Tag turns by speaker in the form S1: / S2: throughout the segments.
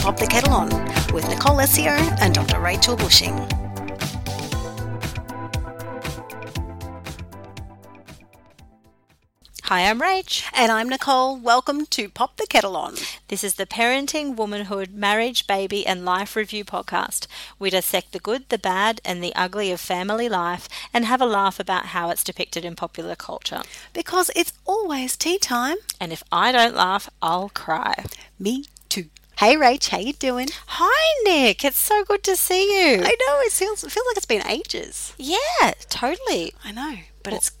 S1: Pop the Kettle On with Nicole Essio and Dr. Rachel Bushing.
S2: Hi, I'm Rach.
S1: And I'm Nicole. Welcome to Pop the Kettle On.
S2: This is the Parenting, Womanhood, Marriage, Baby, and Life Review podcast. We dissect the good, the bad, and the ugly of family life and have a laugh about how it's depicted in popular culture.
S1: Because it's always tea time.
S2: And if I don't laugh, I'll cry.
S1: Me too. Hey Rach, how you doing?
S2: Hi, Nick. It's so good to see you.
S1: I know, it feels, it feels like it's been ages.
S2: yeah, totally.
S1: I know, but
S2: Well-
S1: it's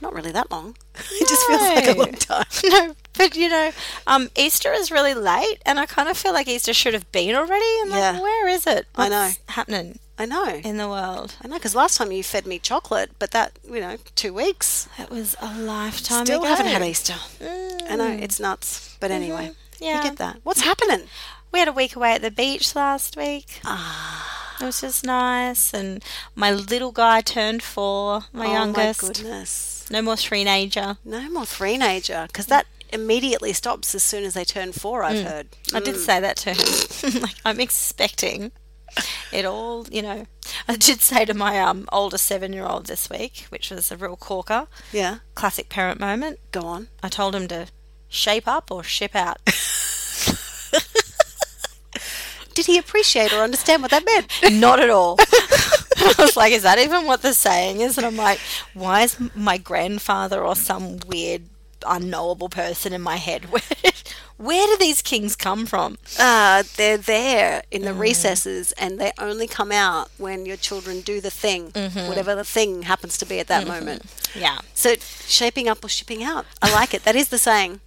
S1: not really that long. It just feels like a
S2: No.
S1: long time.
S2: No, but you know, um, Easter is really late, and I kind of feel like Easter should have been already. I'm
S1: Yeah.
S2: like, where is it?
S1: I know.
S2: What's happening
S1: I know.
S2: in the world?
S1: I know, because last time you fed me chocolate, but that, you know, two weeks.
S2: It was a lifetime
S1: Still
S2: ago.
S1: haven't had Easter. Mm-hmm.
S2: Mm.
S1: I know, it's nuts. But anyway,
S2: Yeah.
S1: you get that. What's happening?
S2: We had a week away at the beach last week.
S1: Ah,
S2: It was just nice, and my little guy turned four, my youngest.
S1: Oh my goodness.
S2: No more teenager.
S1: No more teenager, because that immediately stops as soon as they turn four, I've heard.
S2: Mm.
S1: Mm,
S2: I did say that to him. like I'm expecting it all, you know. I did say to my um, older seven-year-old this week, which was a real corker,
S1: Yeah.
S2: classic parent moment.
S1: Go on.
S2: I told him to shape up or ship out.
S1: Did he appreciate or understand what that meant?
S2: Not at all. I was like, is that even what the saying is? And I'm like, why is my grandfather or some weird unknowable person in my head? Where, where do these kings come from?
S1: Uh, they're there in
S2: Mm.
S1: the recesses and they only come out when your children do the thing,
S2: Mm-hmm.
S1: whatever the thing happens to be at that moment.
S2: Yeah.
S1: So, shaping up or shipping out. I like it. That is the saying.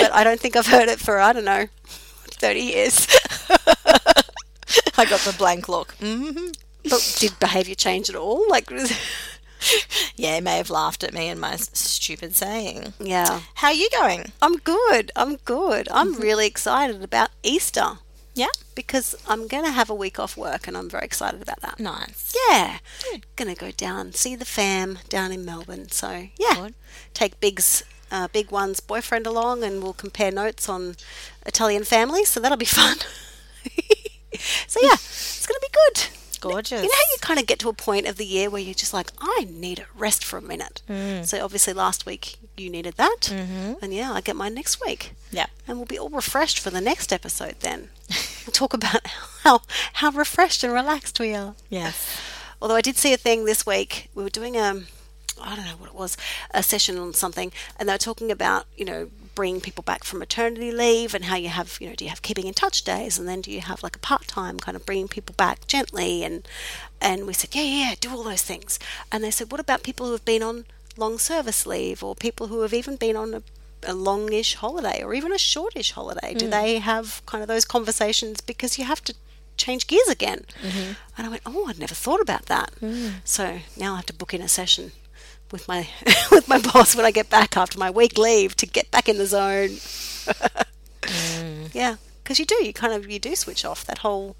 S1: But I don't think I've heard it for, I don't know, 30 years.
S2: I got the blank look. Mm.
S1: But did behaviour change at all? Like,
S2: Yeah, he may have laughed at me and my s- stupid saying.
S1: yeah.
S2: How are you going?
S1: I'm good. I'm good. I'm really excited about Easter
S2: Yeah.
S1: because I'm going to have a week off work and I'm very excited about that.
S2: Nice.
S1: Yeah. Going to go down, see the fam down in Melbourne. So, yeah.
S2: Good.
S1: Take Big's uh, Big One's boyfriend along and we'll compare notes on Italian families. So, that'll be fun. so, yeah, it's going to be good.
S2: Gorgeous.
S1: You know how you kind of get to a point of the year where you're just like, I need a rest for a minute.
S2: Mm.
S1: So obviously last week you needed that,
S2: Mm-hmm.
S1: and yeah, I get mine next week,
S2: Yeah.
S1: and we'll be all refreshed for the next episode. Then we'll talk about how how refreshed and relaxed we are.
S2: Yes.
S1: Although I did see a thing this week. We were doing a, I don't know what it was, a session on something, and they were talking about, you know, bringing people back from maternity leave and how you have, you know, do you have keeping in touch days, and then do you have like a part time kind of bringing people back gently, and and we said, yeah, yeah, yeah, do all those things, and they said, what about people who have been on long service leave or people who have even been on a a longish holiday or even a shortish holiday? Do they have kind of those conversations because you have to change gears again. And I went, oh, I'd never thought about that. So now I have to book in a session with my with my boss when I get back after my week leave to get back in the zone. Yeah, because you do, you kind of you do switch off that whole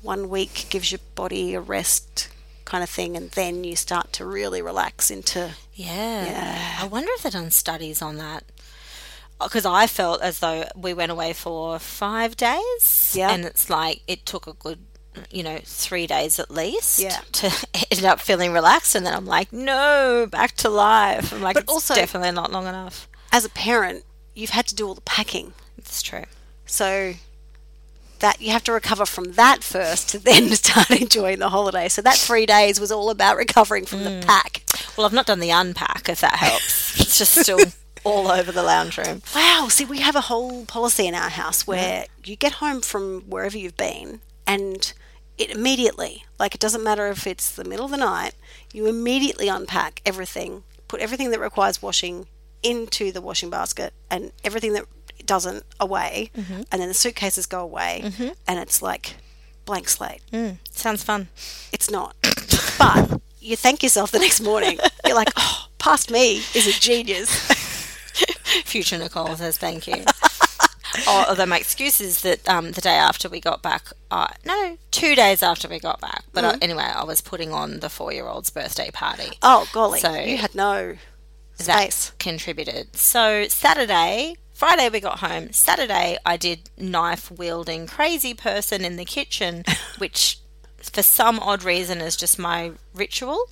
S1: one week gives your body a rest kind of thing, and then you start to really relax into.
S2: Yeah.
S1: Yeah.
S2: I wonder if they've done studies on that. Because I felt as though we went away for five days.
S1: Yeah.
S2: And it's like it took a good, you know, three days at least
S1: Yeah.
S2: to end up feeling relaxed. And then I'm like, no, back to life. I'm like,
S1: But
S2: it's
S1: also-
S2: definitely not long enough.
S1: As a parent, you've had to do all the packing,
S2: It's true.
S1: So that you have to recover from that first to then start enjoying the holiday. So that three days was all about recovering from the pack.
S2: Well, I've not done the unpack, if that helps. it's just still all over the lounge room.
S1: Wow. See, we have a whole policy in our house where you get home from wherever you've been and it immediately, like it doesn't matter if it's the middle of the night, you immediately unpack everything, put everything that requires washing into the washing basket and everything that doesn't away. And then the suitcases go away and it's like blank slate.
S2: Sounds fun.
S1: It's not. But you thank yourself the next morning. You're like, oh, past me is a genius.
S2: Future Nicole says thank you. or, or they make excuses that um, the day after we got back, uh, no, two days after we got back. But uh, anyway, I was putting on the four year old's birthday party.
S1: Oh, golly.
S2: So-
S1: you had no
S2: that
S1: space.
S2: contributed. So Saturday, Friday we got home. Saturday I did knife wielding crazy person in the kitchen, which for some odd reason is just my ritual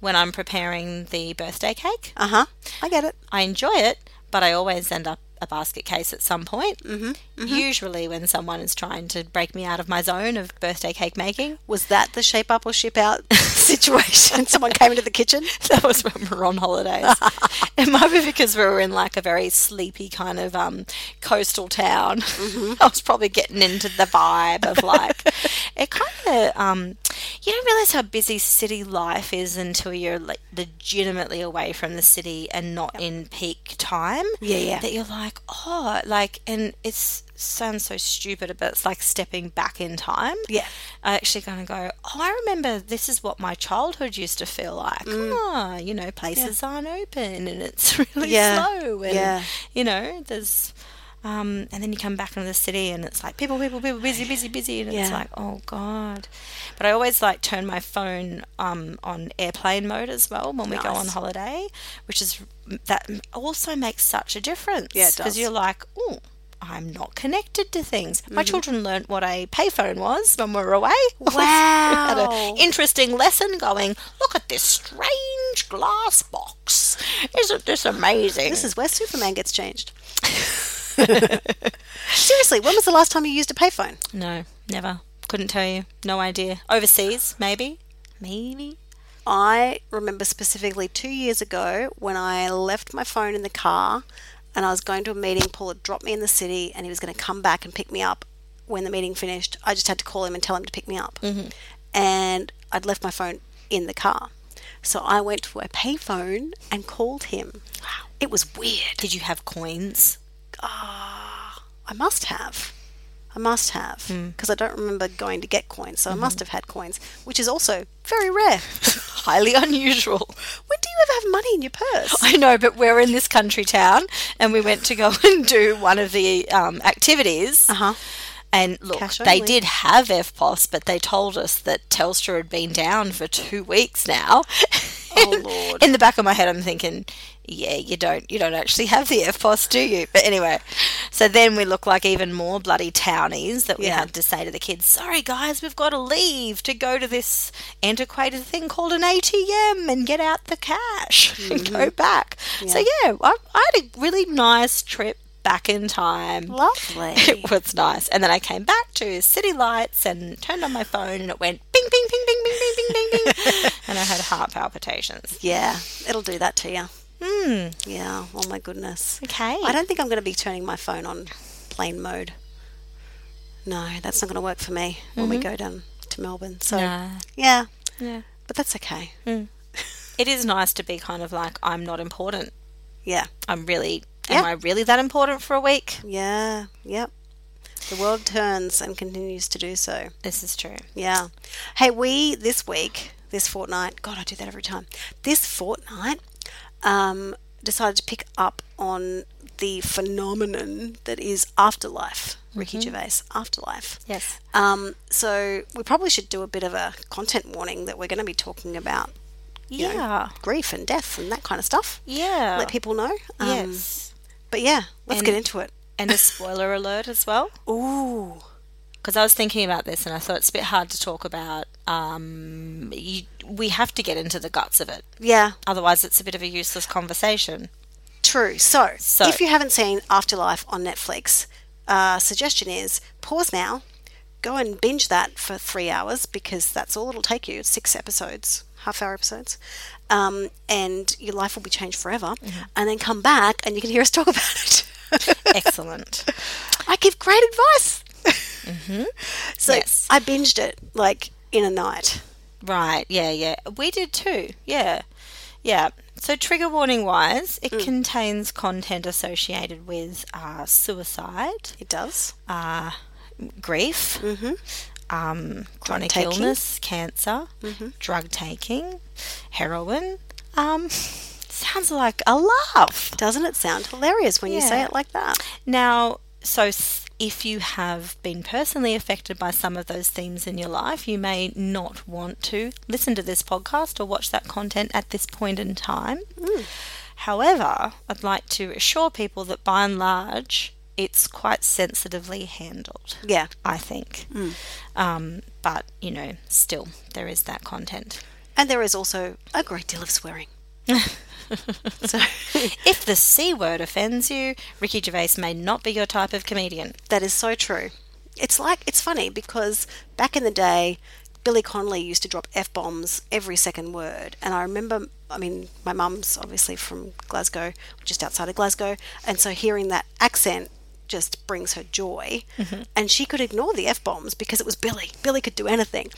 S2: when I'm preparing the birthday cake.
S1: Uh huh. I get it.
S2: I enjoy it, but I always end up a basket case at some point. Mm-hmm, Usually, when someone is trying to break me out of my zone of birthday cake making,
S1: Was that the shape up or ship out situation? Someone came into the kitchen.
S2: that was when we were on holidays. it might be because we were in like a very sleepy kind of um, coastal town. I was probably getting into the vibe of like it kind of. Um, you don't realize how busy city life is until you're like legitimately away from the city and not in peak time.
S1: Yeah, yeah.
S2: That you're like, oh, like, and it sounds so stupid, but it's like stepping back in time.
S1: Yeah.
S2: I actually kind of go, oh, I remember this is what my childhood used to feel like.
S1: Mm.
S2: Ah, you know, places aren't open and it's really
S1: Yeah.
S2: slow. And,
S1: Yeah.
S2: you know, there's, um, and then you come back into the city and it's like people, people, people, busy, busy, busy. And it's
S1: Yeah.
S2: like, oh, God. But I always like turn my phone um, on airplane mode as well when we go on
S1: Nice.
S2: holiday, which is, that also makes such a difference.
S1: Yeah, it
S2: Because
S1: does.
S2: you're like, oh, I'm not connected to things. My children learnt what a payphone was when we were away. had
S1: Wow.
S2: an interesting lesson going, look at this strange glass box. Isn't this amazing?
S1: This is where Superman gets changed. Seriously, when was the last time you used a payphone?
S2: no, never. Couldn't tell you. No idea. Overseas, maybe? Maybe.
S1: I remember specifically two years ago when I left my phone in the car and I was going to a meeting. Paul had dropped me in the city and he was going to come back and pick me up when the meeting finished. I just had to call him and tell him to pick me up. And I'd left my phone in the car. So I went to a payphone and called him. Wow. It was weird.
S2: Did you have coins?
S1: Ah, I must have. I must have. Because I don't remember going to get coins. So I must have had coins, which is also very rare.
S2: Highly unusual.
S1: when do you ever have money in your purse?
S2: I know, but we're in this country town, and we went to go and do one of the um, activities.
S1: Uh-huh.
S2: And look,
S1: Cash
S2: they
S1: only.
S2: did have FPOS, but they told us that Telstra had been down for two weeks now.
S1: Oh, Lord.
S2: In the back of my head, I'm thinking, yeah, you don't, you don't actually have the FPOS, do you? But anyway, so then we look like even more bloody townies that we
S1: Yeah.
S2: had to say to the kids, sorry guys, we've got to leave to go to this antiquated thing called an ATM and get out the cash and go
S1: Mm-hmm.
S2: back. So yeah, I, I had a really nice trip back in time.
S1: Lovely.
S2: It was nice. And then I came back to city lights and turned on my phone and it went bing, bing, bing, bing, bing, bing, bing, bing, bing. and I had heart palpitations. Hmm.
S1: Yeah, it'll do that to you. Yeah. Oh my goodness.
S2: Okay.
S1: I don't think I'm going to be turning my phone on plane mode. No, that's not going to work for me when we go down to Melbourne. So
S2: No.
S1: yeah,
S2: Yeah.
S1: but that's okay.
S2: It is nice to be kind of like, I'm not important.
S1: Yeah.
S2: I'm really, am
S1: Yeah.
S2: I really that important for a week?
S1: Yeah. Yep. The world turns and continues to do so.
S2: This is true.
S1: Yeah. Hey, we this week, this fortnight, God, I do that every time. This fortnight, um, decided to pick up on the phenomenon that is afterlife. Ricky
S2: Mm-hmm.
S1: Gervais, afterlife.
S2: Yes.
S1: Um, so we probably should do a bit of a content warning that we're going to be talking about you
S2: Yeah.
S1: know, grief and death and that kind of stuff.
S2: yeah.
S1: Let people know. Um,
S2: yes.
S1: But yeah, let's
S2: And-
S1: get into it.
S2: and a spoiler alert as well.
S1: Ooh.
S2: because I was thinking about this and I thought it's a bit hard to talk about. Um, you, we have to get into the guts of it,
S1: Yeah.
S2: otherwise it's a bit of a useless conversation.
S1: True. So,
S2: So-
S1: if you haven't seen Afterlife on Netflix, uh, suggestion is pause now, go and binge that for three hours because that's all it'll take you six episodes, half hour episodes, um, and your life will be changed forever.
S2: Mm-hmm.
S1: And then come back and you can hear us talk about it.
S2: Excellent.
S1: I give great advice. So,
S2: Mm-hmm. Yes.
S1: I binged it like in a night.
S2: Right, yeah, yeah. We did too, yeah. Yeah. So, trigger warning wise, it contains content associated with uh, suicide,
S1: It does.
S2: uh, grief, um, chronic
S1: taking.
S2: illness, cancer, drug taking, heroin. Um, sounds like a laugh.
S1: Doesn't it sound hilarious when you say
S2: Yeah.
S1: it like that?
S2: Now, so s- if you have been personally affected by some of those themes in your life, you may not want to listen to this podcast or watch that content at this point in time. However, I'd like to assure people that by and large, it's quite sensitively handled.
S1: Yeah.
S2: I think. Um, but, you know, still, there is that content.
S1: And there is also a great deal of swearing. so
S2: If the C word offends you, Ricky Gervais may not be your type of comedian.
S1: that is so true. It's like it's funny because back in the day, Billy Connolly used to drop f bombs every second word, and I remember. I mean, my mum's obviously from Glasgow, just outside of Glasgow, and so hearing that accent just brings her joy. And she could ignore the f bombs because it was Billy. Billy could do anything,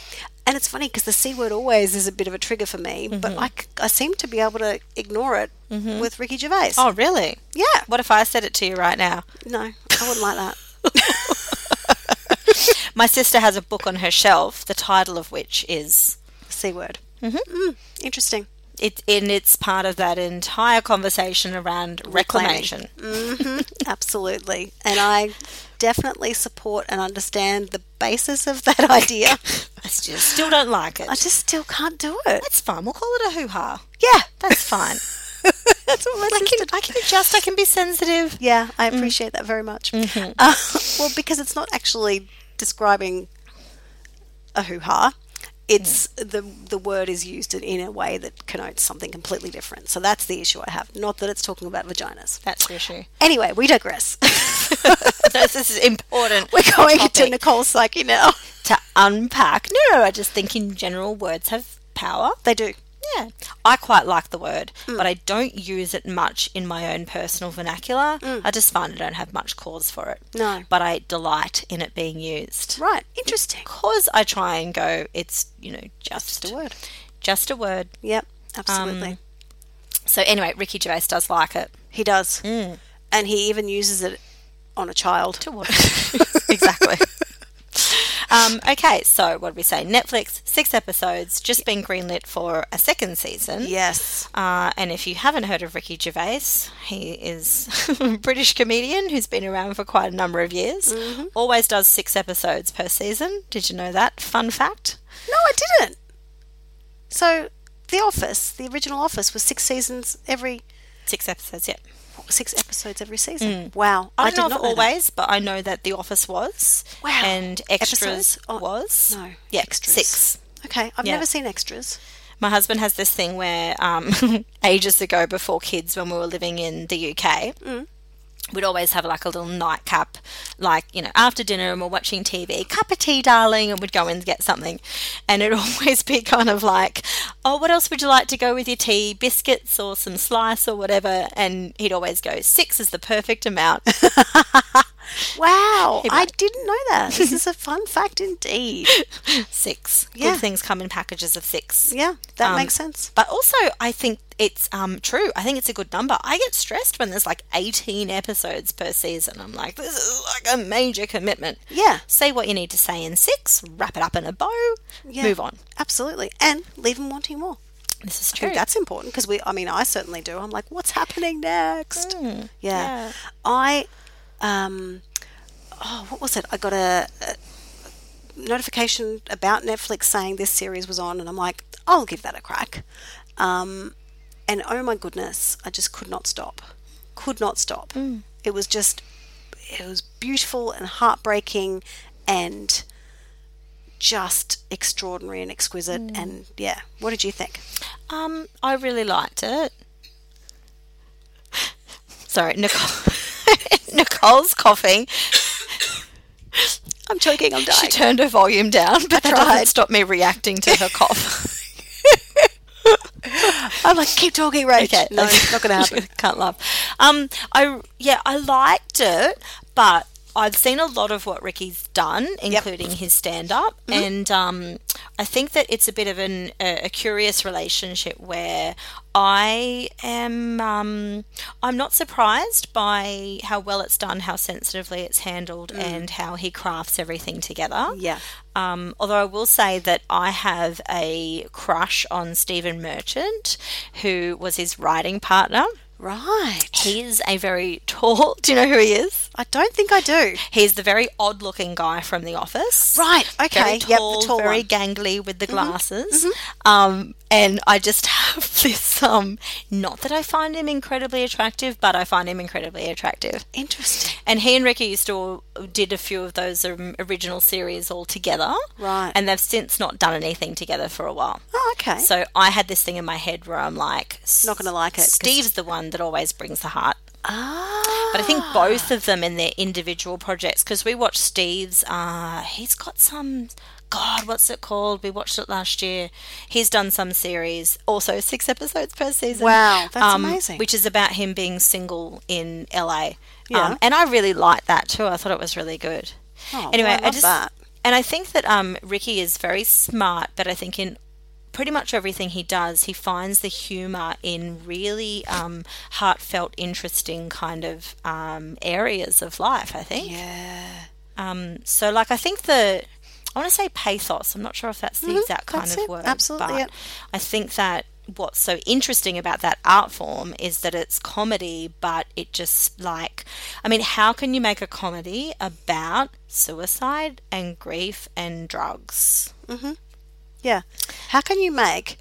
S1: and it's funny because the c word always is a bit of a trigger for me, but I, c- I seem to be able to ignore it with Ricky Gervais.
S2: Oh, really?
S1: yeah,
S2: What if I said it to you right now?
S1: no, I wouldn't like that.
S2: My sister has a book on her shelf, the title of which is
S1: C word. Mm, interesting.
S2: it, and it's part of that entire conversation around reclamation.
S1: Absolutely. And I definitely support and understand the basis of that idea.
S2: I still, still don't like it.
S1: I just still can't do it.
S2: That's fine. We'll call it a hoo ha.
S1: Yeah.
S2: That's fine.
S1: That's what my
S2: I
S1: sister Mm.
S2: can, I can adjust. I can be sensitive.
S1: Yeah, I appreciate that very much. Uh, well, because it's not actually describing a hoo ha. It's the the word is used in, in a way that connotes something completely different. So that's the issue I have. Not that it's talking about vaginas.
S2: That's the issue.
S1: Anyway, we digress.
S2: this is important.
S1: We're going into
S2: topic
S1: Nicole's psyche now.
S2: to unpack. No, no, I just think in general words have power.
S1: They do.
S2: Yeah, I quite like the word, but I don't use it much in my own personal vernacular. I just find I don't have much cause for it.
S1: Mm. No.
S2: But I delight in it being used.
S1: Right. Interesting.
S2: Because I try and go, it's, you know, just,
S1: Just a word.
S2: Just a word.
S1: Yep, absolutely.
S2: Um, So, anyway, Ricky Gervais does like it.
S1: he does. And he even uses it on a child.
S2: mm. To what? exactly. Um, okay, so what did we say? Netflix, six episodes, just been greenlit for a second season.
S1: Yes.
S2: Uh, and if you haven't heard of Ricky Gervais, he is a British comedian who's been around for quite a number of years.
S1: Mm-hmm.
S2: Always does six episodes per season. Did you know that? Fun fact.
S1: No, I didn't. So, The Office, the original Office, was six seasons every,
S2: Six episodes, yep.
S1: six episodes every season. Wow.
S2: Mm. I don't
S1: did
S2: know if
S1: not that.
S2: always, but I know that The Office was.
S1: Wow.
S2: And Extras
S1: Episodes? Oh,
S2: was.
S1: no,
S2: Yeah,
S1: Extras.
S2: six.
S1: Okay, I've
S2: Yeah.
S1: never seen extras.
S2: My husband has this thing where um, ages ago, before kids, when we were living in the UK, we'd always have like a little nightcap, like, you know, after dinner and we're watching TV, cup of tea, darling, and we'd go and get something. And it'd always be kind of like, oh, what else would you like to go with your tea? Biscuits or some slice or whatever. And he'd always go, six is the perfect amount.
S1: Wow, I didn't know that. This is a fun fact indeed.
S2: six.
S1: Yeah.
S2: Good things come in packages of six.
S1: Yeah, that
S2: Um,
S1: makes sense.
S2: But also, I think it's um, true. I think it's a good number. I get stressed when there's like 18 episodes per season. I'm like, this is like a major commitment.
S1: Yeah.
S2: Say what you need to say in six, wrap it up in a bow,
S1: Yeah.
S2: move on.
S1: Absolutely. And leave them wanting more.
S2: This is
S1: I
S2: true.
S1: think that's important because we, I mean, I certainly do. I'm like, what's happening next? Hmm. yeah.
S2: yeah.
S1: I, um, oh, what was it? I got a, a notification about Netflix saying this series was on, and I'm like, I'll give that a crack. Um, and oh my goodness, I just could not stop. Could not stop. It was just, it was beautiful and heartbreaking and just extraordinary and exquisite. And yeah, what did you think?
S2: Um, I really liked it. Sorry, Nicole. Nicole's coughing.
S1: I'm choking, I'm
S2: She
S1: dying.
S2: turned her volume down, but that
S1: tried.
S2: doesn't stop me reacting to her cough.
S1: I'm like, keep talking, Rach.
S2: Okay,
S1: No,
S2: that's-
S1: it's not going to happen.
S2: Can't laugh. Um, I yeah, I liked it, but I've seen a lot of what Ricky's done, including his stand up, and um, I think that it's a bit of an a, a curious relationship where I am um, I'm not surprised by how well it's done, how sensitively it's handled, and how he crafts everything together.
S1: Yeah.
S2: Um, although I will say that I have a crush on Stephen Merchant, who was his writing partner.
S1: Right.
S2: He's a very tall. Do you know who he is?
S1: I don't think I do.
S2: He's the very odd looking guy from The Office.
S1: Right, okay.
S2: Very
S1: Yep, the
S2: tall,
S1: tall
S2: very
S1: one. Mm-hmm,
S2: gangly with the glasses. Um, and I just have this um, not that I find him incredibly attractive, but I find him incredibly attractive.
S1: Interesting.
S2: And he and Ricky used to did a few of those um, original series all together.
S1: Right.
S2: And they've since not done anything together for a while.
S1: Oh, okay.
S2: So I had this thing in my head where I'm like,
S1: Not gonna like it, 'cause-
S2: Steve's the one that always brings the heart
S1: ah.
S2: but I think both of them in their individual projects because we watched Steve's. Uh, he's got some. God, what's it called? We watched it last year. He's done some series, also six episodes per season. Um,
S1: Wow, that's amazing.
S2: Which is about him being single in LA.
S1: Yeah.
S2: Um, and I really liked that too. I thought it was really good.
S1: Oh,
S2: anyway,
S1: well, I
S2: I
S1: love
S2: just
S1: that.
S2: and I think that um, Ricky is very smart, but I think in pretty much everything he does, he finds the humor in really um, heartfelt, interesting kind of um, areas of life. I think.
S1: Yeah.
S2: Um, so, like, I think the I want to say pathos. I'm not sure if that's the exact kind
S1: Mm-hmm. that's
S2: of
S1: it,
S2: word.
S1: absolutely
S2: but
S1: it.
S2: I think that what's so interesting about that art form is that it's comedy, but it just like, I mean, how can you make a comedy about suicide and grief and drugs?
S1: Yeah. How can you make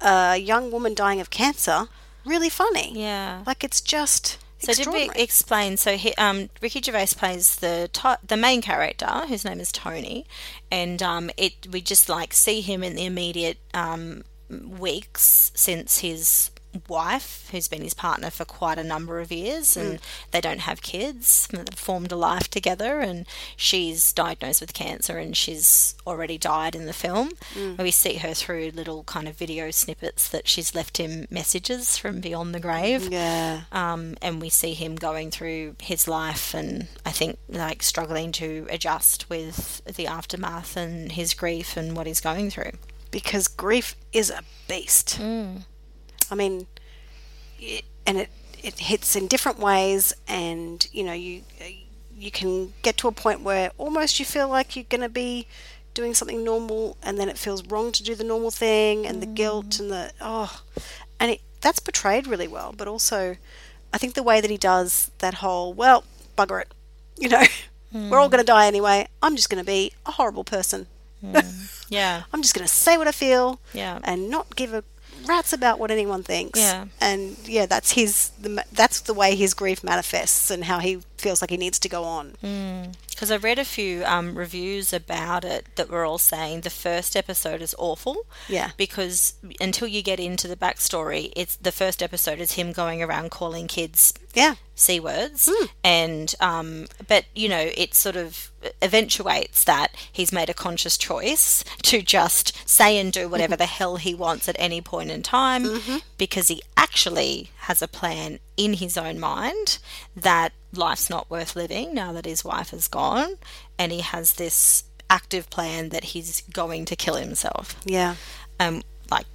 S1: a young woman dying of cancer really funny?
S2: Yeah.
S1: Like it's just
S2: So did we
S1: extraordinary.
S2: explain? So he, um, Ricky Gervais plays the to- the main character, whose name is Tony, and um, it we just like see him in the immediate um, weeks since his wife, who's been his partner for quite a number of years, and they don't have kids. They've formed a life together, and she's diagnosed with cancer, and she's already died in the film. And we see her through little kind of video snippets that she's left him messages from beyond the grave
S1: yeah.
S2: um, and we see him going through his life and I think like struggling to adjust with the aftermath and his grief and what he's going through.
S1: Because grief is a beast. I mean, it, and it it hits in different ways, and you know you you can get to a point where almost you feel like you're going to be doing something normal, and then it feels wrong to do the normal thing, and the guilt and the oh, and it, that's portrayed really well. But also, I think the way that he does that whole well, bugger it, you know, we're all going to die anyway. I'm just going to be a horrible person.
S2: Yeah.
S1: I'm just going to say what I feel
S2: Yeah.
S1: and not give a rats about what anyone thinks.
S2: Yeah.
S1: And yeah, that's his the, ma- that's the way his grief manifests and how he feels like he needs to go on.
S2: Mm. Because I read a few um, reviews about it that were all saying the first episode is awful.
S1: Yeah.
S2: Because until you get into the backstory, it's the first episode is him going around calling kids
S1: Yeah.
S2: c words and um, but you know it sort of eventuates that he's made a conscious choice to just say and do whatever the hell he wants at any point in time because he actually has a plan in his own mind that life's not worth living now that his wife is gone and he has this active plan that he's going to kill himself
S1: Yeah.
S2: um, like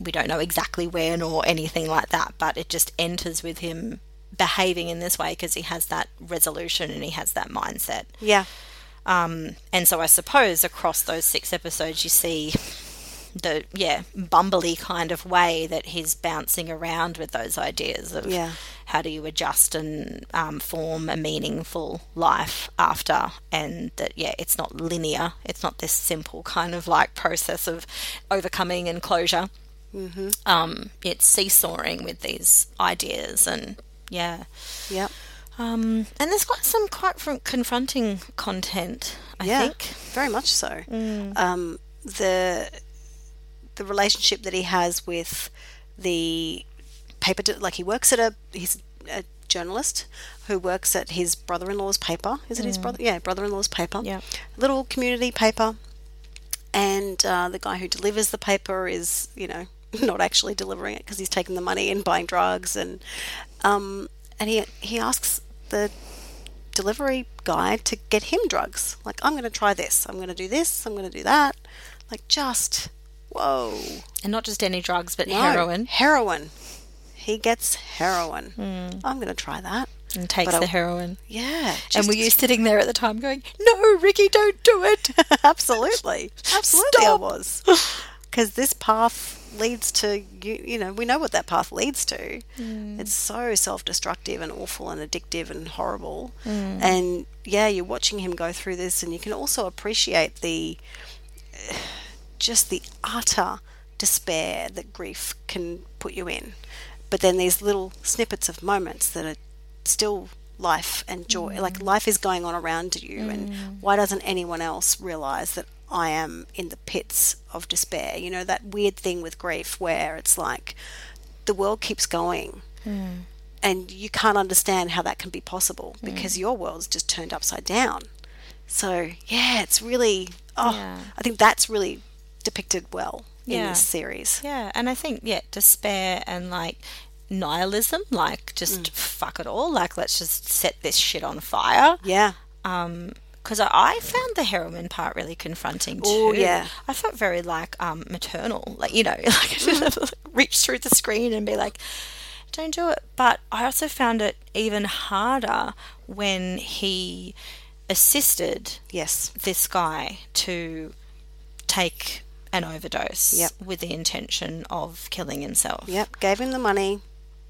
S2: we don't know exactly when or anything like that, but it just enters with him behaving in this way because he has that resolution and he has that mindset.
S1: Yeah.
S2: Um, and so I suppose across those six episodes, you see the yeah bumbly kind of way that he's bouncing around with those ideas of
S1: Yeah.
S2: how do you adjust and um, form a meaningful life after and that yeah it's not linear it's not this simple kind of like process of overcoming and closure mm-hmm. um, it's seesawing with these ideas and yeah
S1: Yep.
S2: um, and there's got some quite fr- confronting content, I
S1: yeah.
S2: think. Mm.
S1: Very much so. Um, the the relationship that he has with the paper, di- like he works at a he's a journalist who works at his brother-in-law's paper. Is it his brother? Yeah, brother-in-law's paper.
S2: Mm. Yeah.
S1: little community paper. And uh, the guy who delivers the paper is, you know, not actually delivering it because he's taking the money and buying drugs and um, and he he asks the delivery guy to get him drugs. Like, I'm going to try this. I'm going to do this. I'm going to do that. Like, just whoa.
S2: And not just any drugs, but
S1: No,
S2: heroin.
S1: Heroin. He gets heroin. I'm going to try that.
S2: And takes
S1: But I-
S2: the heroin.
S1: Yeah.
S2: Hmm. Mm. and
S1: just-
S2: were you sitting there at the time going, no, Ricky, don't do it?
S1: absolutely. Absolutely, I
S2: Stop.
S1: was. Because this path leads to you, you know we know what that path leads to
S2: Hmm.
S1: it's so self-destructive and awful and addictive and horrible
S2: Hmm.
S1: and yeah you're watching him go through this and you can also appreciate the just the utter despair that grief can put you in. But then these little snippets of moments that are still life and joy, like life is going on around you. And why doesn't anyone else realize that I am in the pits of despair? You know, that weird thing with grief where it's like the world keeps going. And you can't understand how that can be possible because your world's just turned upside down. So, yeah, it's really, oh,
S2: Yeah.
S1: I think that's really depicted well in
S2: Yeah.
S1: this series.
S2: Yeah, and I think yeah, despair and like nihilism, like just fuck it all, like let's just set this shit on fire.
S1: Yeah.
S2: Um, because I, I found the heroin part really confronting too.
S1: Oh, yeah.
S2: I felt very like um maternal, like you know, like I just reach through the screen and be like, "Don't do it." But I also found it even harder when he assisted
S1: Yes.
S2: this guy to take an overdose
S1: Yep.
S2: with the intention of killing himself.
S1: Yep. Gave him the money.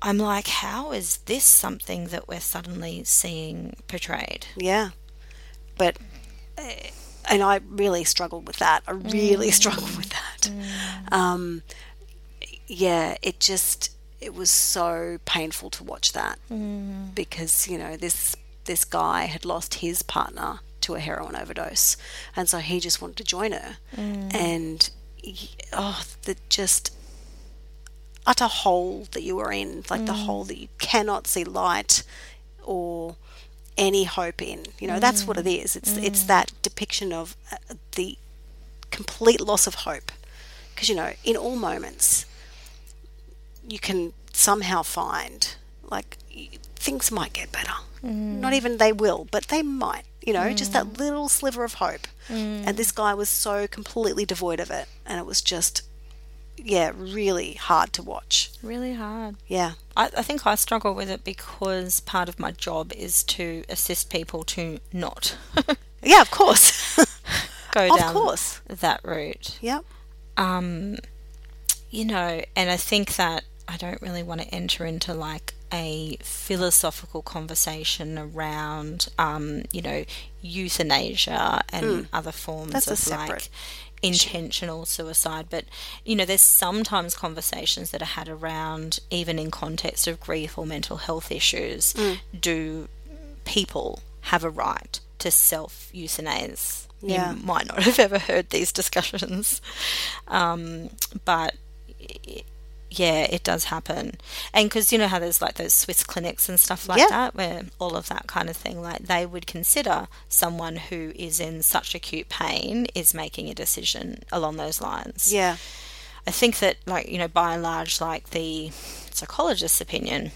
S2: I'm like, how is this something that we're suddenly seeing portrayed?
S1: Yeah. But, uh, and I really struggled with that. I really struggled with that. Um, yeah. It just, it was so painful to watch that because, you know, this, this guy had lost his partner to a heroin overdose. And so he just wanted to join her. And, he- oh, the just, utter hole that you are in, like the hole that you cannot see light or any hope in. You know, that's what it is. It's it's that depiction of uh, the complete loss of hope. Because you know, in all moments, you can somehow find like y- things might get better. Not even they will, but they might. You know, just that little sliver of hope. And this guy was so completely devoid of it, and it was just yeah, really hard to watch.
S2: Really hard.
S1: Yeah.
S2: I, I think I struggle with it because part of my job is to assist people to not
S1: Yeah, of course.
S2: go
S1: of
S2: down
S1: course.
S2: that route.
S1: Yep.
S2: um, you know, and I think that I don't really want to enter into like a philosophical conversation around, um, you know, euthanasia and other forms
S1: Hmm. That's a
S2: of
S1: separate
S2: like intentional suicide. But, you know, there's sometimes conversations that are had around, even in context of grief or mental health issues,
S1: Hmm.
S2: do people have a right to self euthanize?
S1: Yeah.
S2: You might not have ever heard these discussions. Um, but i- yeah, it does happen. And because you know how there's like those Swiss clinics and stuff like
S1: Yeah.
S2: that, where all of that kind of thing, like they would consider someone who is in such acute pain is making a decision along those lines.
S1: Yeah.
S2: I think that, like, you know, by and large, like the psychologist's opinion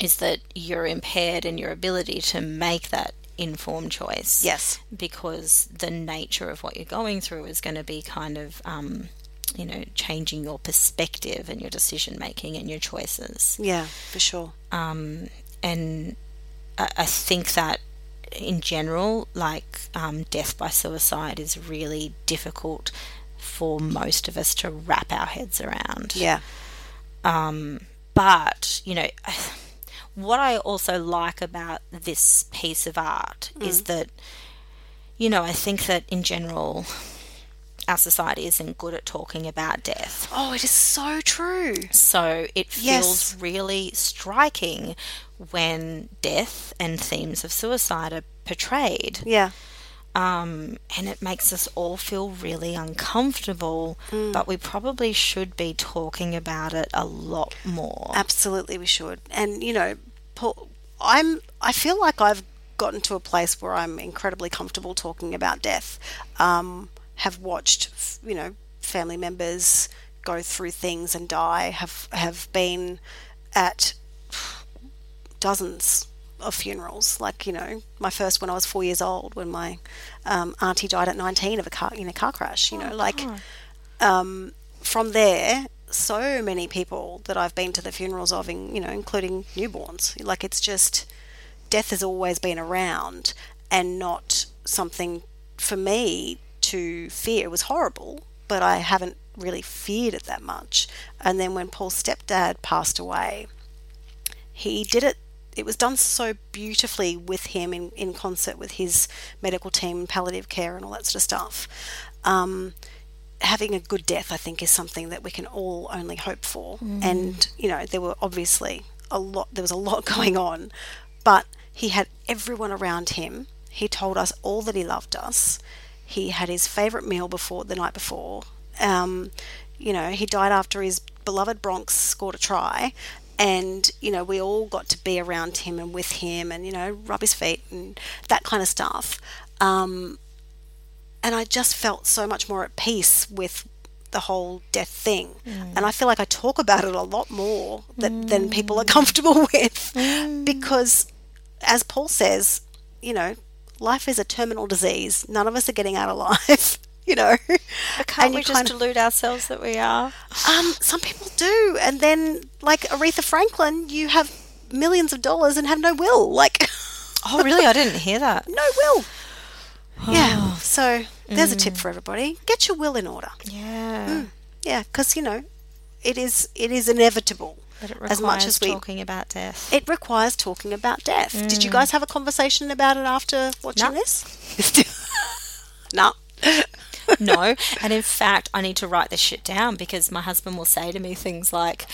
S2: is that you're impaired in your ability to make that informed choice.
S1: Yes.
S2: Because the nature of what you're going through is going to be kind of, um, you know, changing your perspective and your decision making and your choices.
S1: Yeah, for sure.
S2: Um, and I, I think that in general, like um, death by suicide is really difficult for most of us to wrap our heads around.
S1: Yeah.
S2: Um, But, you know, what I also like about this piece of art is that, you know, I think that in general, our society isn't good at talking about death.
S1: Oh, it is so true.
S2: So it feels
S1: Yes.
S2: really striking when death and themes of suicide are portrayed.
S1: Yeah.
S2: Um, and it makes us all feel really uncomfortable, but we probably should be talking about it a lot more.
S1: Absolutely, we should. And you know, Paul, I'm. I feel like I've gotten to a place where I'm incredibly comfortable talking about death. Um, have watched, f- you know, family members go through things and die. Have have been at dozens of funerals. Like you know, my first when I was four years old, when my um, auntie died at nineteen of a car in a car crash. You know, like um, from there, so many people that I've been to the funerals of, in, you know, including newborns. Like it's just death has always been around and not something for me to fear. It was horrible, but I haven't really feared it that much. And then when Paul's stepdad passed away, he did it. It was done so beautifully with him in, in concert with his medical team and palliative care and all that sort of stuff. Um, having a good death, I think, is something that we can all only hope for. And, you know, there were obviously a lot, there was a lot going on, but he had everyone around him. He told us all that he loved us. He had his favorite meal before the night before. Um, you know, he died after his beloved Bronx scored a try. And, you know, we all got to be around him and with him and, you know, rub his feet and that kind of stuff. Um, and I just felt so much more at peace with the whole death thing.
S2: Mm.
S1: And I feel like I talk about it a lot more that, than people are comfortable with
S2: Mm.
S1: because, as Paul says, you know, life is a terminal disease. None of us are getting out alive. You know,
S2: Can't
S1: And
S2: we
S1: you
S2: just
S1: kind of-
S2: delude ourselves that we are?
S1: um, some people do, and then like Aretha Franklin, you have millions of dollars and have no will, like
S2: Oh, really? I didn't hear that.
S1: no will. yeah, so there's a
S2: Mm.
S1: tip for everybody: get your will in order.
S2: Yeah.
S1: Yeah, because you know, it is it is inevitable.
S2: But it
S1: as much as we,
S2: talking Mm. about death.
S1: it requires talking about death. Did you guys have a conversation about it after watching
S2: No.
S1: this? no.
S2: no. And in fact, I need to write this shit down because my husband will say to me things like,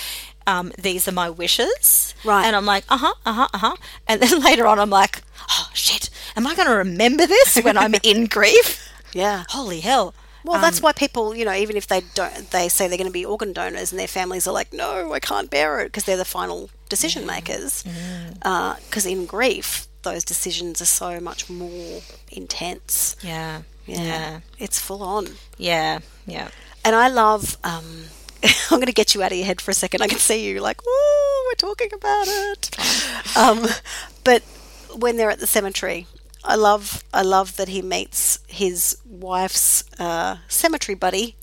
S2: um, these are my wishes.
S1: Right.
S2: And I'm like, uh huh, uh huh, uh huh. And then later on, I'm like, oh shit, am I going to remember this when I'm in grief?
S1: Yeah.
S2: Holy hell. Um,
S1: Well, that's why people, you know, even if they don't, they say they're going to be organ donors, and their families are like, "No, I can't bear it," because they're the final decision makers. Because in grief, those decisions are so much more intense.
S2: Yeah. Yeah.
S1: it's full on.
S2: Yeah. Yeah.
S1: And I love. Um, I'm going to get you out of your head for a second. I can see you like, oh, we're talking about it. um, but when they're at the cemetery, I love. I love that he meets his wife's uh, cemetery buddy.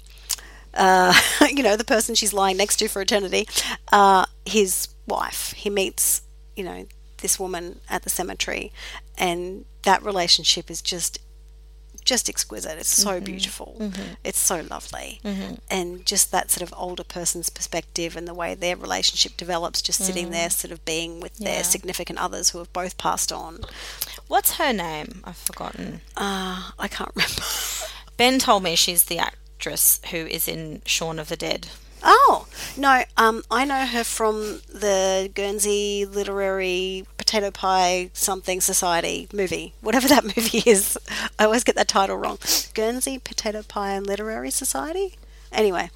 S1: Uh, you know, the person she's lying next to for eternity. Uh, his wife. He meets. You know, this woman at the cemetery, and that relationship is just just exquisite. It's
S2: Mm-hmm.
S1: so beautiful. It's so lovely. And just that sort of older person's perspective and the way their relationship develops, just sitting there, sort of being with
S2: Mm. Yeah.
S1: their significant others who have both passed on.
S2: What's her name? I've forgotten.
S1: Uh, I can't remember.
S2: Ben told me she's the actress who is in Shaun of the Dead.
S1: Oh, no. Um, I know her from the Guernsey Literary Potato Pie Something Society movie, whatever that movie is. I always get that title wrong. Guernsey Potato Pie and Literary Society? Anyway,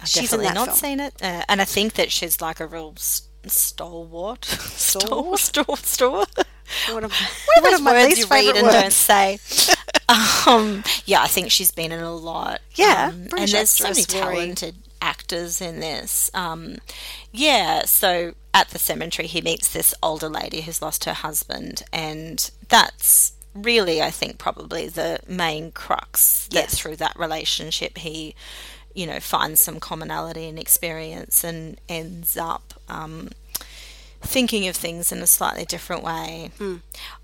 S2: I've
S1: she's in
S2: definitely
S1: that
S2: not
S1: film.
S2: seen it, uh, and I think that she's like a real s- stalwart.
S1: Stalwart?
S2: stalwart, stalwart.
S1: One of my,
S2: One
S1: one of my least
S2: words you read
S1: favorite
S2: and
S1: words.
S2: don't say. um, yeah, I think she's been in a lot.
S1: Yeah,
S2: um, and
S1: British
S2: there's so many
S1: actress, Rory.
S2: talented actors in this. Um, yeah, so at the cemetery, he meets this older lady who's lost her husband, and that's really, I think, probably the main crux. That
S1: Yes.
S2: through that relationship, he, you know, finds some commonality and experience, and ends up. Um, thinking of things in a slightly different way.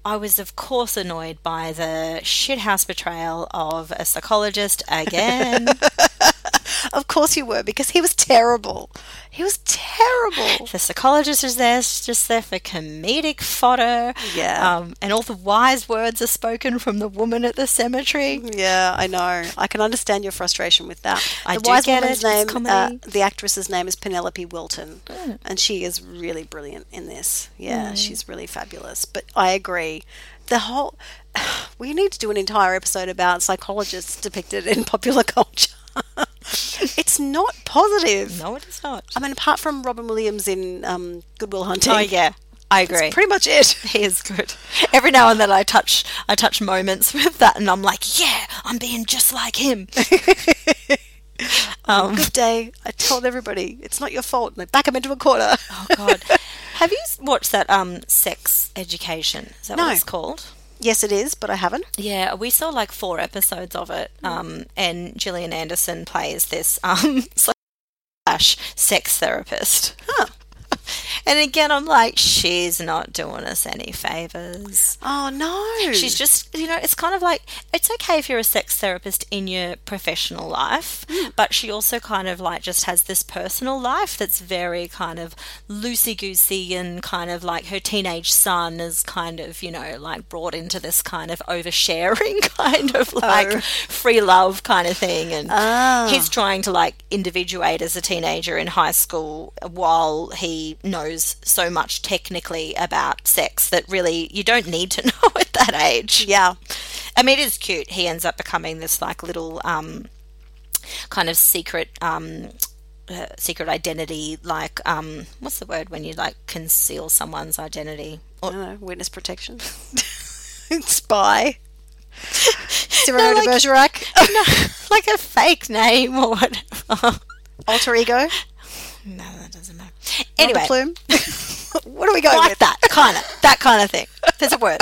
S2: I was, of course, annoyed by the shithouse betrayal of a psychologist again.
S1: Of course you were, because he was terrible. He was terrible.
S2: the psychologist is there, s- just there for comedic fodder.
S1: Yeah.
S2: Um, and all the wise words are spoken from the woman at the cemetery.
S1: Yeah, I know. I can understand your frustration with that.
S2: I
S1: the
S2: do
S1: wise
S2: get
S1: woman's
S2: it. It's
S1: name, uh,
S2: comedy.
S1: the actress's name is Penelope Wilton, and she is really brilliant in this. Yeah, she's really fabulous. But I agree. The whole we need to do an entire episode about psychologists depicted in popular culture. it's not positive.
S2: No, it is not.
S1: I mean, apart from Robin Williams in um, Goodwill Hunting,
S2: Oh, yeah. I agree.
S1: pretty much it.
S2: he is good. Every now and then I touch I touch moments with that and I'm like, yeah, I'm being just like him. um,
S1: good day. I told everybody it's not your fault. And I back him into a corner.
S2: Oh God, have you s- watched that um Sex Education? Is that
S1: No.
S2: what it's called?
S1: yes, it is, but I haven't.
S2: Yeah, we saw like four episodes of it. Um, and Gillian Anderson plays this um slash sex therapist.
S1: Huh.
S2: And again, I'm like, she's not doing us any favors.
S1: Oh no.
S2: She's just, you know, it's kind of like it's okay if you're a sex therapist in your professional life, but she also kind of like just has this personal life that's very kind of loosey goosey and kind of like her teenage son is kind of, you know, like brought into this kind of oversharing kind of like free love kind of thing. And he's trying to like individuate as a teenager in high school while he knows so much technically about sex that really you don't need to know at that age.
S1: yeah.
S2: I mean, it is cute. He ends up becoming this like little um, kind of secret, um, uh, secret identity. Like, um, what's the word when you like conceal someone's identity?
S1: I don't know. Witness protection. Spy. Cyrano
S2: No,
S1: de
S2: like-
S1: Bergerac.
S2: no, like a fake name or whatever.
S1: Alter ego.
S2: no, that doesn't matter.
S1: Anyway.
S2: Anyway,
S1: Plume. what are we going
S2: like
S1: with?
S2: that kind of that kind of thing. There's a word.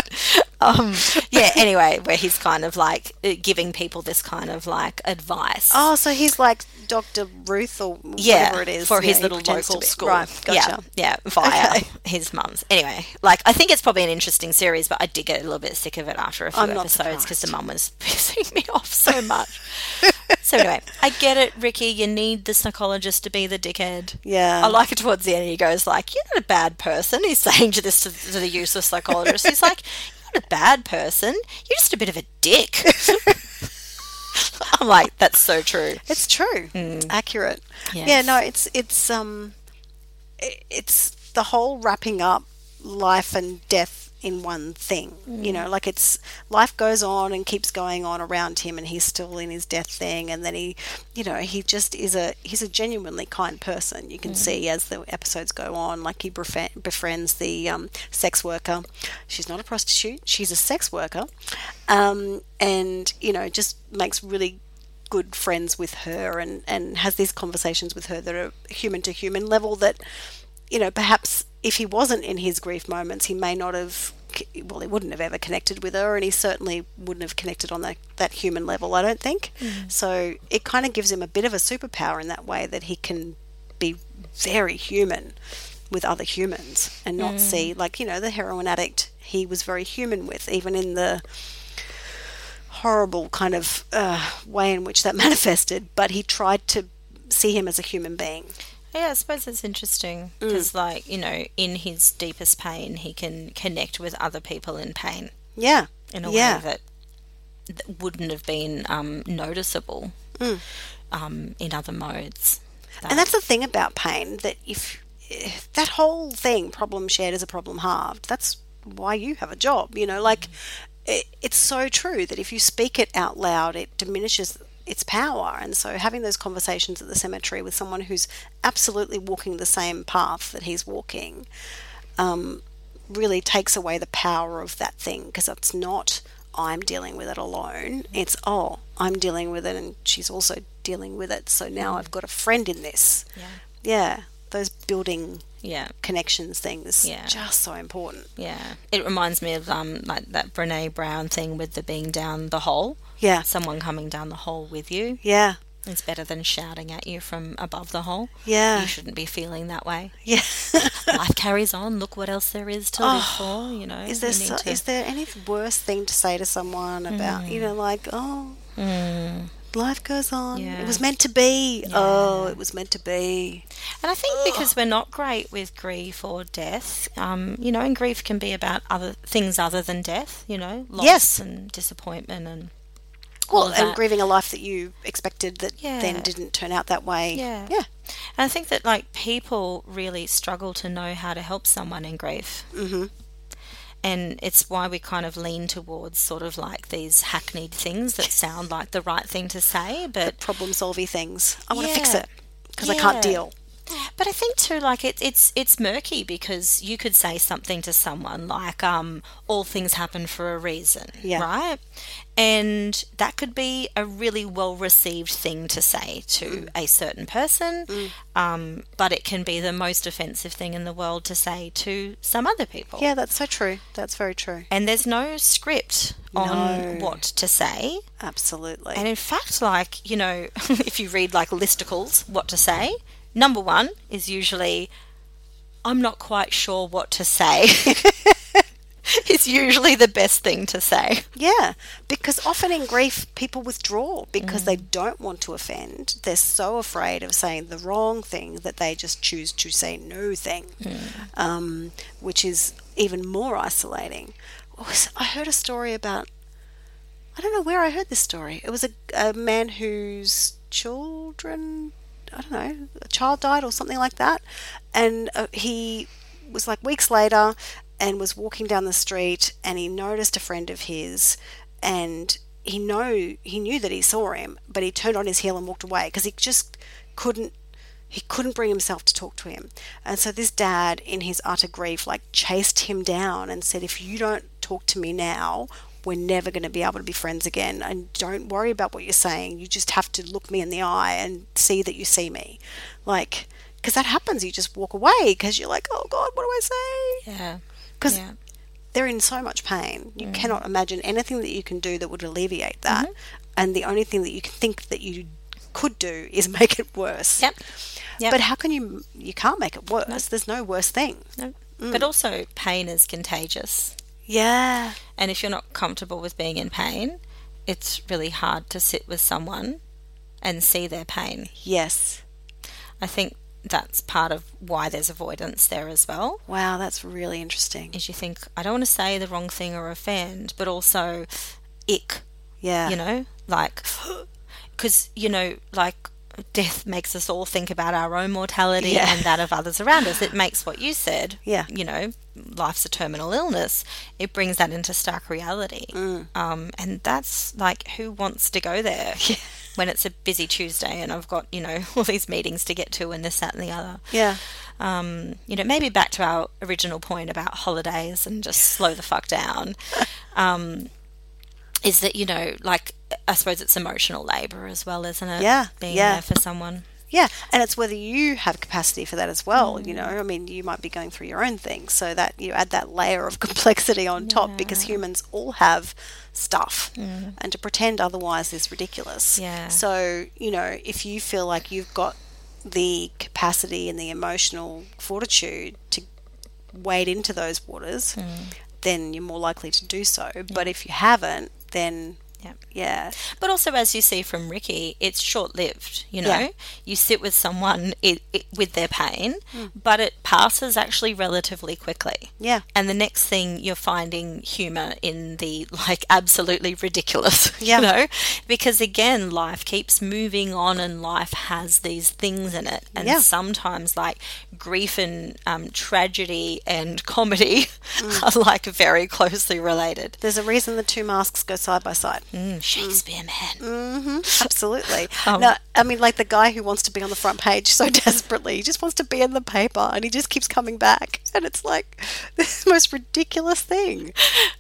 S2: Um, yeah. Anyway, where he's kind of like uh, giving people this kind of like advice.
S1: Oh, so he's like Dr. Ruth or
S2: yeah,
S1: whatever it is.
S2: for
S1: Yeah,
S2: his
S1: he
S2: little
S1: pretends to
S2: local
S1: be-
S2: school.
S1: Right,
S2: Yeah,
S1: gotcha.
S2: yeah, via
S1: Okay.
S2: his mum's. Anyway, like I think it's probably an interesting series, but I did get a little bit sick of it after a few
S1: I'm not
S2: episodes because the mum was pissing me off so much. so anyway, I get it, Ricky. You need the psychologist to be the dickhead.
S1: Yeah.
S2: I like it towards the end. He goes like, "You're not a bad person." He's saying to this to, to the useless psychologist. He's like, "You're not a bad person. You're just a bit of a dick." I'm like, "That's so true."
S1: It's true. It's accurate. Yeah,
S2: Yes.
S1: no, it's it's um i- it's the whole wrapping up life and death in one thing. You know, like it's life goes on and keeps going on around him and he's still in his death thing and then he you know, he just is a he's a genuinely kind person. You can see as the episodes go on like he befri- befriends the um, sex worker. She's not a prostitute, she's a sex worker. Um, and you know, just makes really good friends with her and, and has these conversations with her that are human to human level that, you know, perhaps if he wasn't in his grief moments, he may not have, well, he wouldn't have ever connected with her and he certainly wouldn't have connected on that, that human level, I don't think. So it kind of gives him a bit of a superpower in that way that he can be very human with other humans and not see, like, you know, the heroin addict he was very human with, even in the horrible kind of uh, way in which that manifested, but he tried to see him as a human being.
S2: Yeah, I suppose that's interesting because, like, you know, in his deepest pain, he can connect with other people in pain
S1: Yeah.
S2: in a
S1: yeah.
S2: way that, that wouldn't have been um, noticeable um, in other modes.
S1: And that's the thing about pain that if if that whole thing, problem shared is a problem halved, that's why you have a job. You know, like
S2: Mm-hmm.
S1: it, it's so true that if you speak it out loud, it diminishes its power. And so having those conversations at the cemetery with someone who's absolutely walking the same path that he's walking um, really takes away the power of that thing because it's not I'm dealing with it alone. It's oh I'm dealing with it and she's also dealing with it. So now I've got a friend in this.
S2: Mm. Yeah.
S1: Yeah, those building
S2: Yeah.
S1: connections things
S2: Yeah.
S1: just so important.
S2: Yeah. It reminds me of um, like that Brene Brown thing with the being down the hole.
S1: Yeah,
S2: Someone coming down the hole with you
S1: yeah,
S2: is better than shouting at you from above the hole.
S1: yeah,
S2: You shouldn't be feeling that way.
S1: yeah.
S2: Life carries on. Look what else there is to live for. You know.
S1: Oh, is there
S2: You need
S1: so,
S2: to- Mm.
S1: is there any worse thing to say to someone about you know like oh life goes on.
S2: Yeah.
S1: It was meant to be. Oh, it was meant to be.
S2: And I think because we're not great with grief or death, um, you know, and grief can be about other things other than death, you know, loss
S1: Yes.
S2: and disappointment and all
S1: Well,
S2: of
S1: and
S2: that.
S1: grieving a life that you expected that
S2: Yeah.
S1: then didn't turn out that way.
S2: Yeah.
S1: Yeah.
S2: And I think that like people really struggle to know how to help someone in grief. Mm-hmm. And it's why we kind of lean towards sort of like these hackneyed things that sound like the right thing to say, but
S1: Problem solving things. I want to fix
S2: Yeah.
S1: it because I can't
S2: Yeah.
S1: deal.
S2: But I think too, like it, it's it's murky because you could say something to someone like, um, "All things happen for a reason,"
S1: Yeah.
S2: right? And that could be a really well received thing to say to
S1: Mm.
S2: a certain person, um, but it can be the most offensive thing in the world to say to some other people.
S1: Yeah, that's so true. That's very true.
S2: And there's no script on what to say.
S1: Absolutely.
S2: And in fact, like, you know, if you read like listicles, what to say, number one is usually I'm not quite sure what to say. is usually the best thing to say.
S1: Yeah, because often in grief, people withdraw because they don't want to offend. They're so afraid of saying the wrong thing that they just choose to say no thing, um, which is even more isolating. Oh, s- I heard a story about, I don't know where I heard this story. It was a, a man whose children, I don't know, a child died or something like that. And uh, he was like weeks later and was walking down the street and he noticed a friend of his and he know he knew that he saw him but he turned on his heel and walked away because he just couldn't he couldn't bring himself to talk to him and so this dad in his utter grief like chased him down and said if you don't talk to me now we're never going to be able to be friends again and don't worry about what you're saying you just have to look me in the eye and see that you see me like because that happens you just walk away because you're like oh god what do i say
S2: Yeah.
S1: because
S2: Yeah.
S1: they're in so much pain. You cannot imagine anything that you can do that would alleviate that.
S2: Mm-hmm.
S1: And the only thing that you can think that you could do is make it worse.
S2: Yep. Yep.
S1: But how can you? You can't make it worse. There's no worse thing.
S2: No. But also, pain is contagious.
S1: Yeah.
S2: And if you're not comfortable with being in pain, it's really hard to sit with someone and see their pain.
S1: Yes.
S2: I think that's part of why there's avoidance there as well.
S1: Wow, that's really interesting.
S2: Is you think, I don't want to say the wrong thing or offend, but also, ick,
S1: Yeah.
S2: you know, like, because, you know, like, death makes us all think about our own mortality
S1: Yeah.
S2: and that of others around us. It makes what you said,
S1: Yeah.
S2: you know, life's a terminal illness, it brings that into stark reality.
S1: Mm.
S2: Um, and that's like, who wants to go there? When it's a busy Tuesday and I've got, you know, all these meetings to get to and this, that, and the other
S1: Yeah.
S2: um, you know, maybe back to our original point about holidays and just slow the fuck down, um, is that, you know, like, I suppose it's emotional labor as well, isn't it?
S1: Yeah,
S2: Being
S1: yeah.
S2: there for someone.
S1: Yeah, and it's whether you have capacity for that as well. You know, I mean, you might be going through your own thing, so that you add that layer of complexity on top because humans all have stuff, and to pretend otherwise is ridiculous.
S2: Yeah.
S1: So you know, if you feel like you've got the capacity and the emotional fortitude to wade into those waters, then you're more likely to do so. But if you haven't, then
S2: Yeah.
S1: yeah,
S2: But also, as you see from Ricky, it's short lived, you know?
S1: Yeah.
S2: You sit with someone it, it, with their pain,
S1: Hmm.
S2: but it passes actually relatively quickly.
S1: yeah,
S2: And the next thing you're finding humor in the like absolutely ridiculous,
S1: Yeah.
S2: you know, because again, life keeps moving on and life has these things in it. And
S1: Yeah.
S2: sometimes, like, grief and um, tragedy and comedy are like very closely related.
S1: there's a reason the two masks go side by side.
S2: Mm, Shakespeare, man.
S1: Absolutely.
S2: Um,
S1: no, I mean, like the guy who wants to be on the front page so desperately, he just wants to be in the paper and he just keeps coming back. And it's like the most ridiculous thing.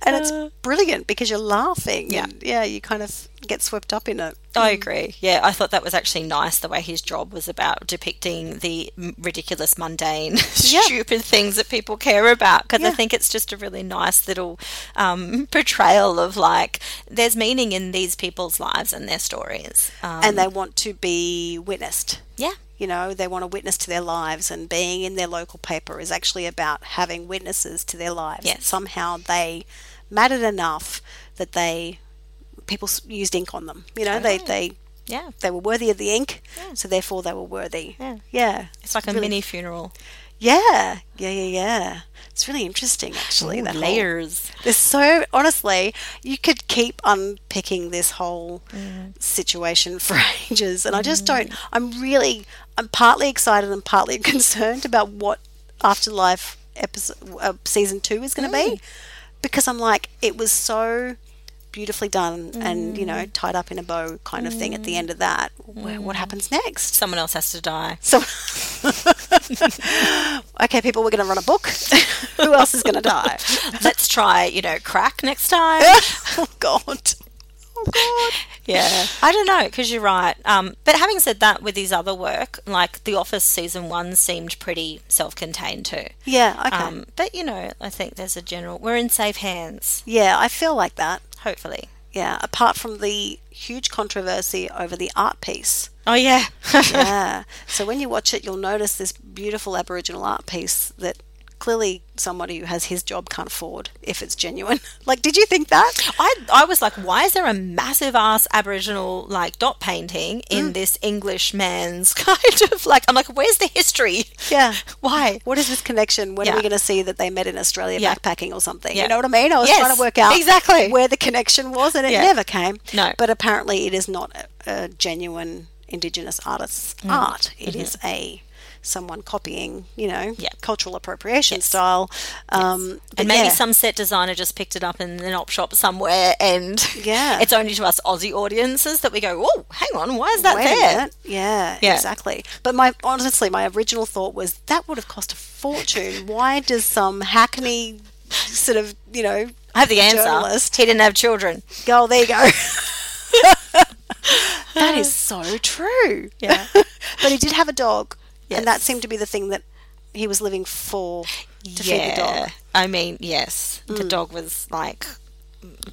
S1: And it's brilliant because you're laughing.
S2: Uh. Yeah.
S1: And yeah, you kind of get swept up in it.
S2: I agree. Yeah, I thought that was actually nice the way his job was about depicting the m- ridiculous, mundane, stupid things that people care about. Because I
S1: Yeah.
S2: think it's just a really nice little um, portrayal of like there's meaning in these people's lives and their stories. Um,
S1: and they want to be witnessed.
S2: yeah,
S1: You know, they want a witness to their lives, and being in their local paper is actually about having witnesses to their lives.
S2: Yes.
S1: Somehow they mattered enough that they people s- used ink on them. You know, they, they
S2: yeah.
S1: they were worthy of the ink, so therefore they were worthy.
S2: Yeah.
S1: yeah,
S2: It's like a
S1: really-
S2: mini funeral.
S1: yeah, yeah, yeah, yeah. It's really interesting, actually. that whole-
S2: layers.
S1: there's so honestly, you could keep unpicking this whole situation for ages, and I just don't. I'm really, I'm partly excited and partly concerned about what afterlife episode uh, season two is going to be, because I'm like, it was so beautifully done and you know tied up in a bow kind of thing at the end of that Wh- what happens next
S2: Someone else has to die.
S1: so, okay, people, we're going to run a book. Who else is going to die?
S2: Let's try, you know, crack next time.
S1: oh God! Oh God!
S2: Yeah, I don't know because you're right. Um, but having said that, with his other work, like The Office season one seemed pretty self-contained too.
S1: Yeah. Okay.
S2: Um, but you know, I think there's a general. We're in safe hands,
S1: yeah, I feel like that.
S2: hopefully.
S1: Yeah, apart from the huge controversy over the art piece.
S2: Oh yeah.
S1: Yeah. so when you watch it, you'll notice this beautiful Aboriginal art piece that clearly somebody who has his job can't afford if it's genuine. like, did you think that?
S2: I, I was like, why is there a massive ass Aboriginal like dot painting in this English man's kind of like? I'm like, where's the history?
S1: Yeah.
S2: Why?
S1: What is this connection? When are
S2: Yeah.
S1: we going to see that they met in Australia
S2: Yeah.
S1: backpacking or something?
S2: Yeah.
S1: You know what I mean? I was
S2: Yes,
S1: trying to work out
S2: exactly.
S1: where the connection was, and it
S2: Yeah.
S1: never came.
S2: No.
S1: But apparently, it is not a, a genuine Indigenous artist's
S2: Mm.
S1: art. It is a someone copying, you know,
S2: Mm-hmm. Yeah.
S1: cultural appropriation style. Um, but
S2: And maybe
S1: yeah.
S2: some set designer just picked it up in an op shop somewhere, and
S1: Yeah.
S2: it's only to us Aussie audiences that we go, oh, hang on, why is that
S1: Wait a
S2: there?
S1: minute. Yeah,
S2: Yeah.
S1: exactly. But my honestly, my original thought was that would have cost a fortune. Why does some hackney sort of you know?
S2: I have the answer.
S1: Journalist.
S2: He didn't have children.
S1: Go there, you go. that is so true.
S2: Yeah.
S1: but he did have a dog,
S2: Yes.
S1: and that seemed to be the thing that he was living for to feed the dog.
S2: I mean, yes, the dog was like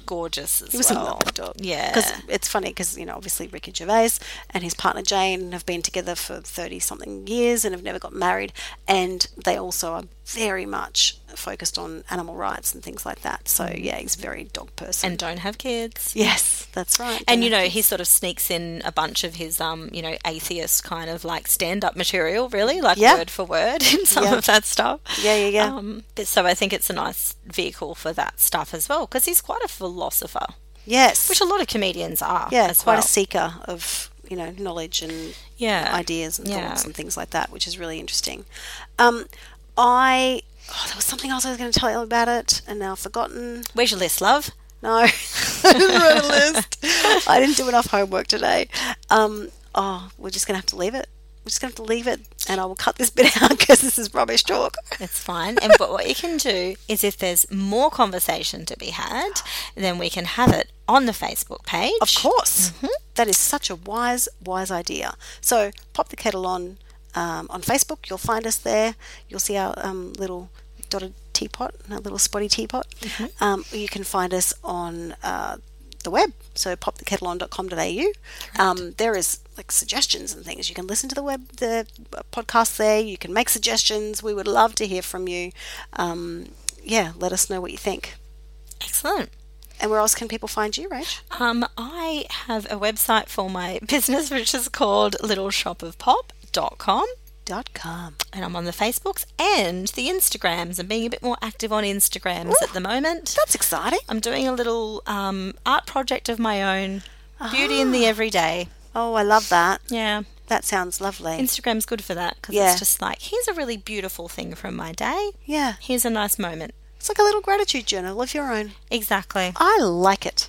S2: gorgeous as
S1: Hmm. He was
S2: well.
S1: a love dog.
S2: Yeah.
S1: Because it's funny because, you know, obviously Ricky Gervais and his partner Jane have been together for 30 something years and have never got married. And they also are very much focused on animal rights and things like that. So, yeah, he's a very dog person.
S2: Mm. and don't have kids.
S1: yes, that's right.
S2: And you know, he sort of sneaks in a bunch of his um, you know, atheist kind of like stand up material, really, like
S1: Yeah.
S2: word for word in some
S1: Yeah.
S2: of that stuff.
S1: Yeah, yeah, yeah.
S2: Um, but- so I think it's a nice vehicle for that stuff as well, because he's quite a philosopher,
S1: yes.
S2: which a lot of comedians are.
S1: yeah,
S2: as
S1: quite
S2: well.
S1: a seeker of, you know, knowledge and
S2: yeah.
S1: ideas and
S2: Yeah.
S1: thoughts and things like that, which is really interesting. Um, I. Oh, there was something else I was going to tell you about it, and now I've forgotten.
S2: Where's your list, love?
S1: No, I didn't write a list. I didn't do enough homework today. Um, oh, we're just going to have to leave it. We're just going to have to leave it, and I will cut this bit out because this is rubbish talk.
S2: It's fine. And but what you can do is if there's more conversation to be had, then we can have it on the Facebook page.
S1: Of course, That is such a wise, wise idea. So pop the kettle on um, on Facebook. You'll find us there. You'll see our um, little dotted teapot, and our little spotty teapot. Um, you can find us on uh, the web. So popthekettleon.com.au. Um, there is like suggestions and things. You can listen to the web, the uh, podcast there. You can make suggestions. We would love to hear from you. Um, yeah, let us know what you think.
S2: Excellent.
S1: And where else can people find you, Rach?
S2: Um, I have a website for my business which is called littleshopofpop.com
S1: Dot com.
S2: and I'm on the Facebooks and the Instagrams. I'm being a bit more active on Instagrams at the moment.
S1: That's exciting.
S2: I'm doing a little um, art project of my own. Beauty in the everyday.
S1: Oh, I love that.
S2: Yeah.
S1: That sounds lovely.
S2: Instagram's good for that because
S1: Yeah.
S2: it's just like, here's a really beautiful thing from my day.
S1: yeah,
S2: Here's a nice moment.
S1: it's like a little gratitude journal of your own.
S2: Exactly.
S1: I like it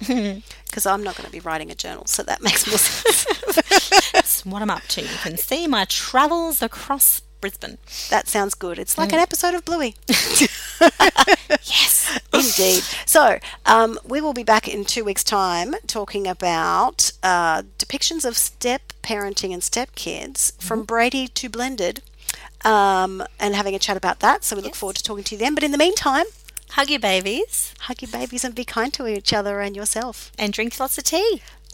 S1: because I'm not going to be writing a journal, so that makes more sense.
S2: That's what I'm up to. You can see my travels across Brisbane.
S1: that sounds good. It's like an
S2: Mm.
S1: episode of Bluey.
S2: Yes.
S1: Indeed. So, um, we will be back in two weeks' time talking about uh, depictions of step parenting and step kids
S2: Mm-hmm.
S1: from Brady to Blended um, and having a chat about that. So, we look forward to talking to you then. But in the meantime,
S2: Hug your babies
S1: hug your babies and be kind to each other and yourself.
S2: and drink lots of tea.